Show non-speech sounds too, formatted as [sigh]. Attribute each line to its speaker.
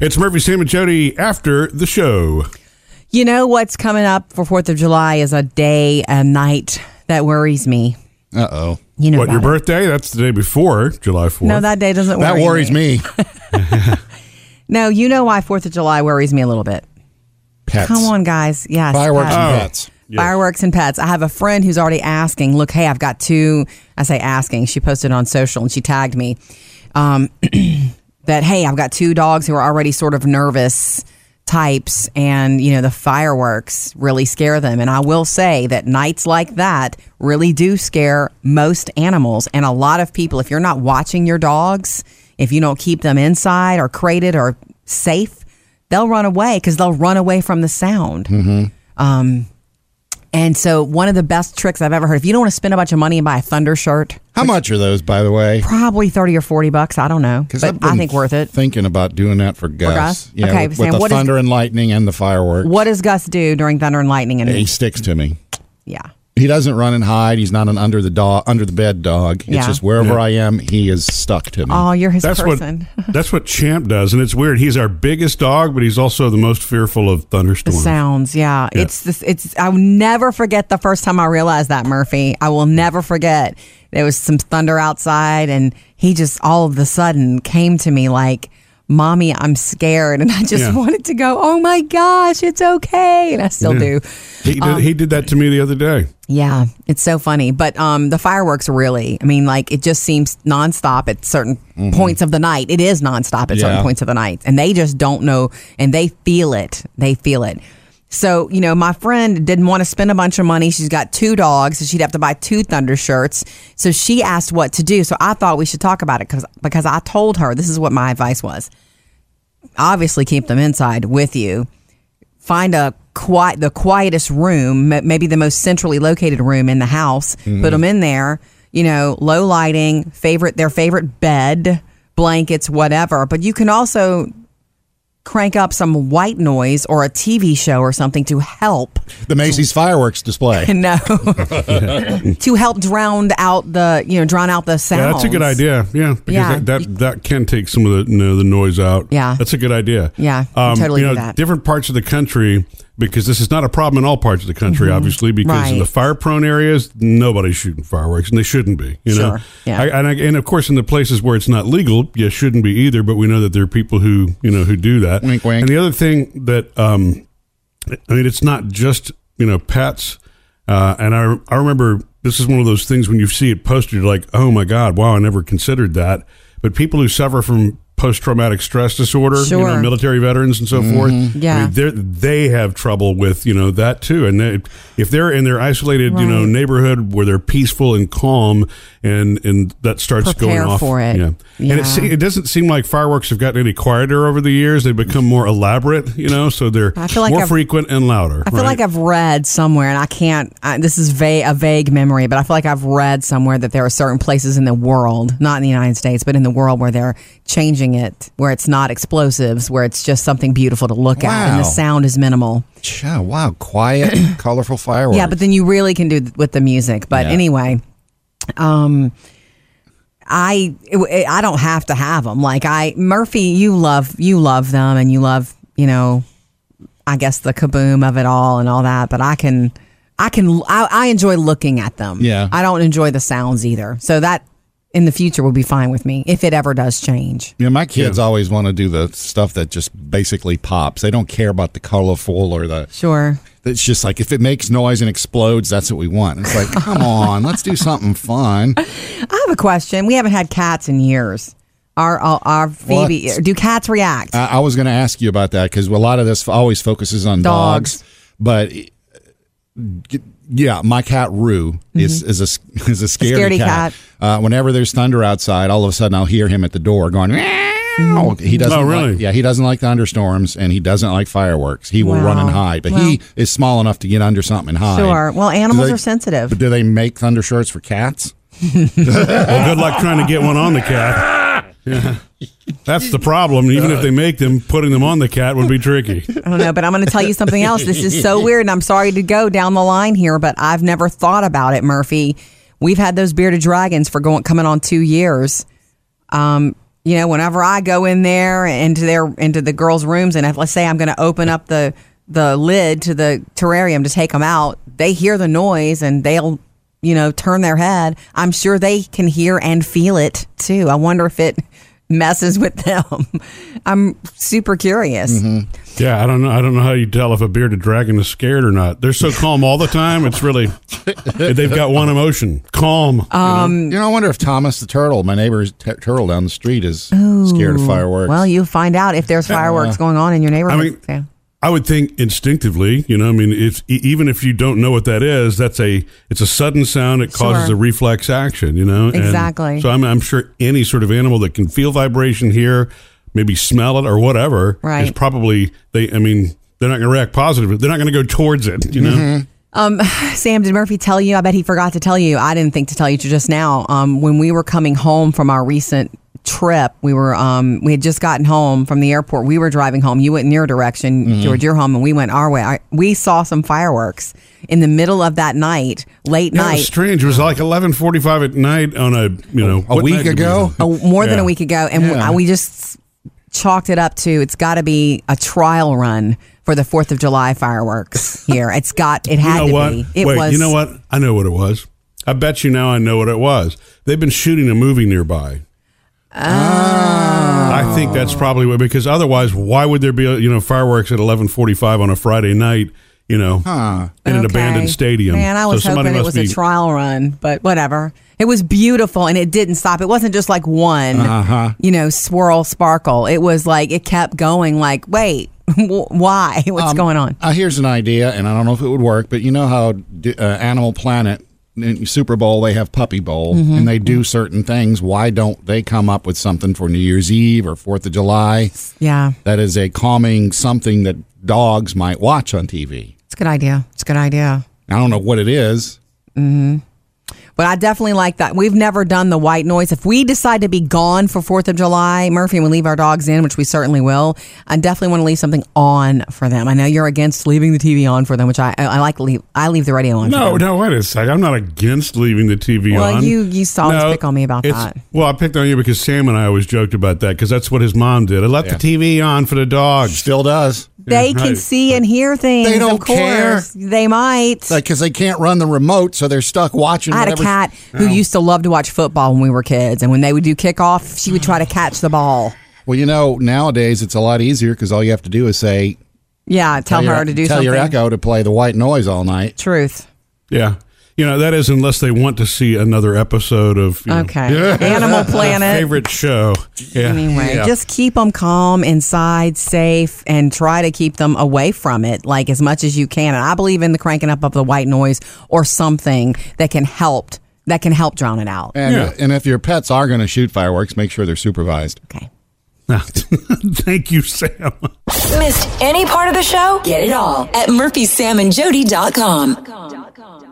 Speaker 1: It's Murphy, Sam, and Jody after the show.
Speaker 2: You know what's coming up for Fourth of July is a day, a night that worries me.
Speaker 3: Uh oh.
Speaker 2: You know
Speaker 1: what, your
Speaker 2: about it.
Speaker 1: birthday? That's the day before July 4th.
Speaker 2: No, that day doesn't.
Speaker 3: That
Speaker 2: worry [laughs]
Speaker 3: worries me.
Speaker 2: No, you know why Fourth of July worries me a little bit.
Speaker 3: Pets.
Speaker 2: Come on, guys. Yes,
Speaker 3: Fireworks
Speaker 2: pets.
Speaker 3: and
Speaker 1: Oh.
Speaker 3: pets.
Speaker 1: Yeah.
Speaker 2: Fireworks and pets. I have a friend who's already asking, look, hey, I've got two. I say asking. She posted on social and she tagged me um, [clears throat] that, hey, I've got two dogs who are already sort of nervous types. And, you know, the fireworks really scare them. And I will say that nights like that really do scare most animals. And a lot of people, if you're not watching your dogs, if you don't keep them inside or crated or safe, they'll run away because they'll run away from the sound. Um, And so, one of the best tricks I've ever heard, if you don't want to spend a bunch of money and buy a thunder shirt,
Speaker 3: How much are those, by the way?
Speaker 2: probably 30 or 40 bucks. I don't know. But
Speaker 3: I've
Speaker 2: I
Speaker 3: been
Speaker 2: think worth it.
Speaker 3: Thinking about doing that for Gus.
Speaker 2: Gus?
Speaker 3: Yeah,
Speaker 2: Okay,
Speaker 3: with,
Speaker 2: Sam,
Speaker 3: with the
Speaker 2: what is-
Speaker 3: thunder and lightning and the fireworks.
Speaker 2: What does Gus do during thunder and lightning? And
Speaker 3: He sticks to me.
Speaker 2: yeah.
Speaker 3: He doesn't run and hide. He's not an under the dog, under the bed dog. It's
Speaker 2: Yeah.
Speaker 3: just wherever I am, he is stuck to me.
Speaker 2: Oh, you're his
Speaker 1: That's
Speaker 2: person. [laughs]
Speaker 1: what that's what Champ does, and it's weird. He's our biggest dog, but he's also the most fearful of
Speaker 2: The
Speaker 1: thunderstorms.
Speaker 2: sounds, yeah. It's this. It's. I'll never forget the first time I realized that Murphy. I will never forget. There was some thunder outside, and he just all of a sudden came to me like, "Mommy, I'm scared," [laughs] and I just
Speaker 1: Yeah.
Speaker 2: wanted to go, "Oh my gosh, it's okay," and I still
Speaker 1: Yeah.
Speaker 2: do.
Speaker 1: He did,
Speaker 2: Um,
Speaker 1: he did that to me the other day.
Speaker 2: Yeah, it's so funny. But um, the fireworks really, I mean, like it just seems nonstop at certain points of the night. It is nonstop at certain
Speaker 3: Yeah.
Speaker 2: points of the night. And they just don't know and they feel it. They feel it. So, you know, my friend didn't want to spend a bunch of money. She's got two dogs, so she'd have to buy two thunder shirts. So she asked what to do. So I thought we should talk about it because because I told her this is what my advice was. Obviously, keep them inside with you find a quiet the quietest room m- maybe the most centrally located room in the house
Speaker 1: Mm-hmm.
Speaker 2: put them in there you know low lighting favorite their favorite bed blankets whatever but you can also crank up some white noise or a tv show or something to help [laughs]
Speaker 3: the Macy's fireworks [laughs] display.
Speaker 2: no
Speaker 1: [laughs]
Speaker 2: to help drown out the you know drown out the sound
Speaker 1: Yeah, that's a good idea. Yeah, because
Speaker 2: Yeah.
Speaker 1: That, that that can take some of the you know, the noise out.
Speaker 2: Yeah.
Speaker 1: that's a good idea. Um,
Speaker 2: Yeah, you totally
Speaker 1: you know,
Speaker 2: do that.
Speaker 1: different parts of the country because this is not a problem in all parts of the country, obviously. Because in
Speaker 2: Mm-hmm. Right.
Speaker 1: the fire prone areas, nobody's shooting fireworks, and they shouldn't be. You know,
Speaker 2: Sure. Yeah.
Speaker 1: I, and I, and of course, in the places where it's not legal, you shouldn't be either. But we know that there are people who you know who do that.
Speaker 3: Wink, wink.
Speaker 1: And the other thing that um, I mean, it's not just you know pets. Uh, and I I remember this is one of those things when you see it posted, you're like, oh my god, wow, I never considered that. But people who suffer from post traumatic stress disorder, you know,
Speaker 2: Sure. Mm-hmm.
Speaker 1: military veterans and so forth, I
Speaker 2: Yeah.
Speaker 1: mean, they're- they have trouble with you know that too. And they, if they're in their isolated you know
Speaker 2: Right.
Speaker 1: neighborhood where they're peaceful and calm, and and that starts
Speaker 2: Prepare
Speaker 1: going off
Speaker 2: for it.
Speaker 1: yeah. And
Speaker 2: Yeah.
Speaker 1: it, se- it doesn't seem like fireworks have gotten any quieter over the years. They've become more elaborate, you know, so they're
Speaker 2: I feel like
Speaker 1: more
Speaker 2: I've-
Speaker 1: frequent and louder.
Speaker 2: I feel like I've read somewhere, and I can't. I, this is va- a vague memory, but I feel like I've read somewhere that there are certain places in the world, not in the United States, but in the world where they're changing it, where it's not explosives, where it's just something beautiful to look at, and the
Speaker 3: Wow.
Speaker 2: sound is minimal.
Speaker 3: Yeah, wow,
Speaker 2: [coughs]
Speaker 3: quiet, colorful fireworks.
Speaker 2: Yeah, but then you really can do th- with the music. But
Speaker 3: Yeah.
Speaker 2: anyway, um, I it- I don't have to have them. Like I Murphy, you love you love them, and you love you know, I guess the kaboom of it all and all that. But I can I can I, I enjoy looking at them.
Speaker 3: Yeah.
Speaker 2: I don't enjoy the sounds either. So that in the future will be fine with me if it ever does change.
Speaker 3: Yeah, my kids always want to do the stuff that just basically pops. They don't care about the colorful or the.
Speaker 2: Sure.
Speaker 3: It's just like if it makes noise and explodes, that's what we want. It's like, come on, let's do something fun.
Speaker 2: I have a question. We haven't had cats in years. Our our, our Phoebe,
Speaker 3: What?
Speaker 2: do cats react?
Speaker 3: I, I was going to ask you about that because a lot of this always focuses on dogs,
Speaker 2: Dogs.
Speaker 3: but. uh, Yeah, my cat Roo is is a s- [laughs] is a scaredy,
Speaker 2: Mm-hmm. Scaredy
Speaker 3: cat. Uh, whenever there's thunder outside, all of a sudden I'll hear him at the door going. "Meow."
Speaker 2: Mm-hmm.
Speaker 3: He doesn't.
Speaker 1: Oh, really?
Speaker 3: Like, yeah, he doesn't like thunderstorms and he doesn't like fireworks. He will run and
Speaker 2: Wow.
Speaker 3: hide, but
Speaker 2: Well-
Speaker 3: he is small enough to get under something and hide.
Speaker 2: Sure. Well, animals
Speaker 3: Do they-
Speaker 2: are sensitive.
Speaker 3: But do they make thunder shirts for cats?
Speaker 1: well,
Speaker 2: [laughs]
Speaker 1: good luck trying to get one on the cat. Yeah. That's the problem. Even if they make them, putting them on the cat would be tricky.
Speaker 2: I don't know, but I'm going to tell you something else. This is so weird, and I'm sorry to go down the line here, but I've never thought about it, Murphy. We've had those bearded dragons for going coming on two years. Um, you know, whenever I go in there into their into the girls' rooms, and if, let's say I'm going to open up the the lid to the terrarium to take them out, they hear the noise and they'll you know turn their head. I'm sure they can hear and feel it too. I wonder if it messes with them. [laughs] I'm super curious.
Speaker 1: Yeah, I don't know. I don't know how you tell if a bearded dragon is scared or not. They're so calm all the time. It's really they've got one emotion: calm.
Speaker 2: Um,
Speaker 3: you know, I wonder if Thomas the turtle, my neighbor's t- turtle down the street, is scared of fireworks.
Speaker 2: Well, you'll find out if there's fireworks going on in your neighborhood.
Speaker 1: I mean-
Speaker 2: Yeah.
Speaker 1: I would think instinctively. You know, I mean, it's e- even if you don't know what that is, that's a it's a sudden sound. It causes
Speaker 2: Sure.
Speaker 1: a reflex action. You know, And
Speaker 2: Exactly.
Speaker 1: so I'm I'm sure any sort of animal that can feel vibration here, maybe smell it or whatever, is
Speaker 2: Right.
Speaker 1: probably they. I mean, they're not going to react positive. They're not going to go towards it. You know.
Speaker 2: Mm-hmm. Sam, did Murphy tell you? I bet he forgot to tell you. I didn't think to tell you just now. Um, when we were coming home from our recent trip, we were um, we had just gotten home from the airport. We were driving home. You went in your direction,
Speaker 1: Mm-hmm.
Speaker 2: George, your home, and we went our way. I, we saw some fireworks in the middle of that night, late
Speaker 1: Yeah, It was
Speaker 2: night,
Speaker 1: strange. It was like eleven forty-five at night on a you know
Speaker 3: A
Speaker 1: what
Speaker 3: week
Speaker 1: night did we
Speaker 3: ago?
Speaker 1: do
Speaker 2: a, more than
Speaker 1: Yeah.
Speaker 2: a week ago, and we-
Speaker 3: Yeah.
Speaker 2: I- we just chalked it up to it's got to be a trial run for the Fourth of July
Speaker 1: [laughs]
Speaker 2: fireworks here. It's got it
Speaker 1: that?
Speaker 2: had
Speaker 1: You know
Speaker 2: to
Speaker 1: what?
Speaker 2: be. It
Speaker 1: Wait,
Speaker 2: was
Speaker 1: you know what? I know what it was. I bet you now I know what it was. They've been shooting a movie nearby.
Speaker 2: Oh.
Speaker 1: I think that's probably what because otherwise, why would there be uh, you know fireworks at eleven forty-five on a Friday night? You know, in an
Speaker 2: Okay.
Speaker 1: abandoned stadium.
Speaker 2: Man, I was
Speaker 1: so somebody
Speaker 2: hoping it
Speaker 1: must
Speaker 2: was
Speaker 1: be,
Speaker 2: a trial run, but whatever. It was beautiful and it didn't stop. It wasn't just like one,
Speaker 1: Uh-huh.
Speaker 2: you know, swirl sparkle. It was like it kept going. Like, wait, [laughs] wh- why? [laughs] What's going on?
Speaker 3: Uh, here's an idea, and I don't know if it would work, but you know how d- uh, Animal Planet in Super Bowl they have Puppy Bowl,
Speaker 2: Mm-hmm.
Speaker 3: and they do certain things. Why don't they come up with something for New Year's Eve or Fourth of July
Speaker 2: Yeah,
Speaker 3: that is a calming something that dogs might watch on TV?
Speaker 2: it's a good idea. It's a good idea.
Speaker 3: I don't know what it is.
Speaker 2: But I definitely like that. We've never done the white noise. If we decide to be gone for Fourth of July, Murphy, and we leave our dogs in, which we certainly will, I definitely want to leave something on for them. I know you're against leaving the TV on for them, which I I, I like. to Leave I leave the radio on. for
Speaker 1: No, no, wait a second. I'm not against leaving the TV
Speaker 2: Well,
Speaker 1: on.
Speaker 2: you- you saw us pick on me about
Speaker 1: it's-
Speaker 2: that.
Speaker 1: Well, I picked on you because Sam and I always joked about that because that's what his mom did. I left
Speaker 3: Yeah.
Speaker 1: the TV on for the dogs.
Speaker 3: Still does.
Speaker 2: They
Speaker 1: Yeah,
Speaker 2: can
Speaker 1: right.
Speaker 2: see and hear things.
Speaker 3: They
Speaker 2: of
Speaker 3: don't
Speaker 2: course.
Speaker 3: care.
Speaker 2: They might.
Speaker 3: Like, because they can't run the remote, so they're stuck watching.
Speaker 2: I had a
Speaker 3: whatever-
Speaker 2: cat who
Speaker 3: Oh.
Speaker 2: used to love to watch football when we were kids, and when they would do kickoff, she would try to catch the ball.
Speaker 3: Well, you know, nowadays it's a lot easier because all you have to do is say,
Speaker 2: Yeah, tell,
Speaker 3: your-
Speaker 2: her to do
Speaker 3: tell
Speaker 2: something.
Speaker 3: your Echo to play the white noise all night.
Speaker 2: Truth.
Speaker 1: Yeah. You know, that is unless they want to see another episode of you know,
Speaker 2: Okay.
Speaker 3: [laughs]
Speaker 2: Animal Planet.
Speaker 1: favorite show. Yeah.
Speaker 2: Anyway,
Speaker 3: Yeah.
Speaker 2: just keep them calm inside, safe, and try to keep them away from it like as much as you can. And I believe in the cranking up of the white noise or something that can help that can help drown it out.
Speaker 3: And,
Speaker 1: Yeah.
Speaker 3: and if your pets are going to shoot fireworks, make sure they're supervised.
Speaker 2: Okay.
Speaker 1: [laughs] Thank you, Sam.
Speaker 4: Missed any part of the show? Get it all at murphysamandjody.com.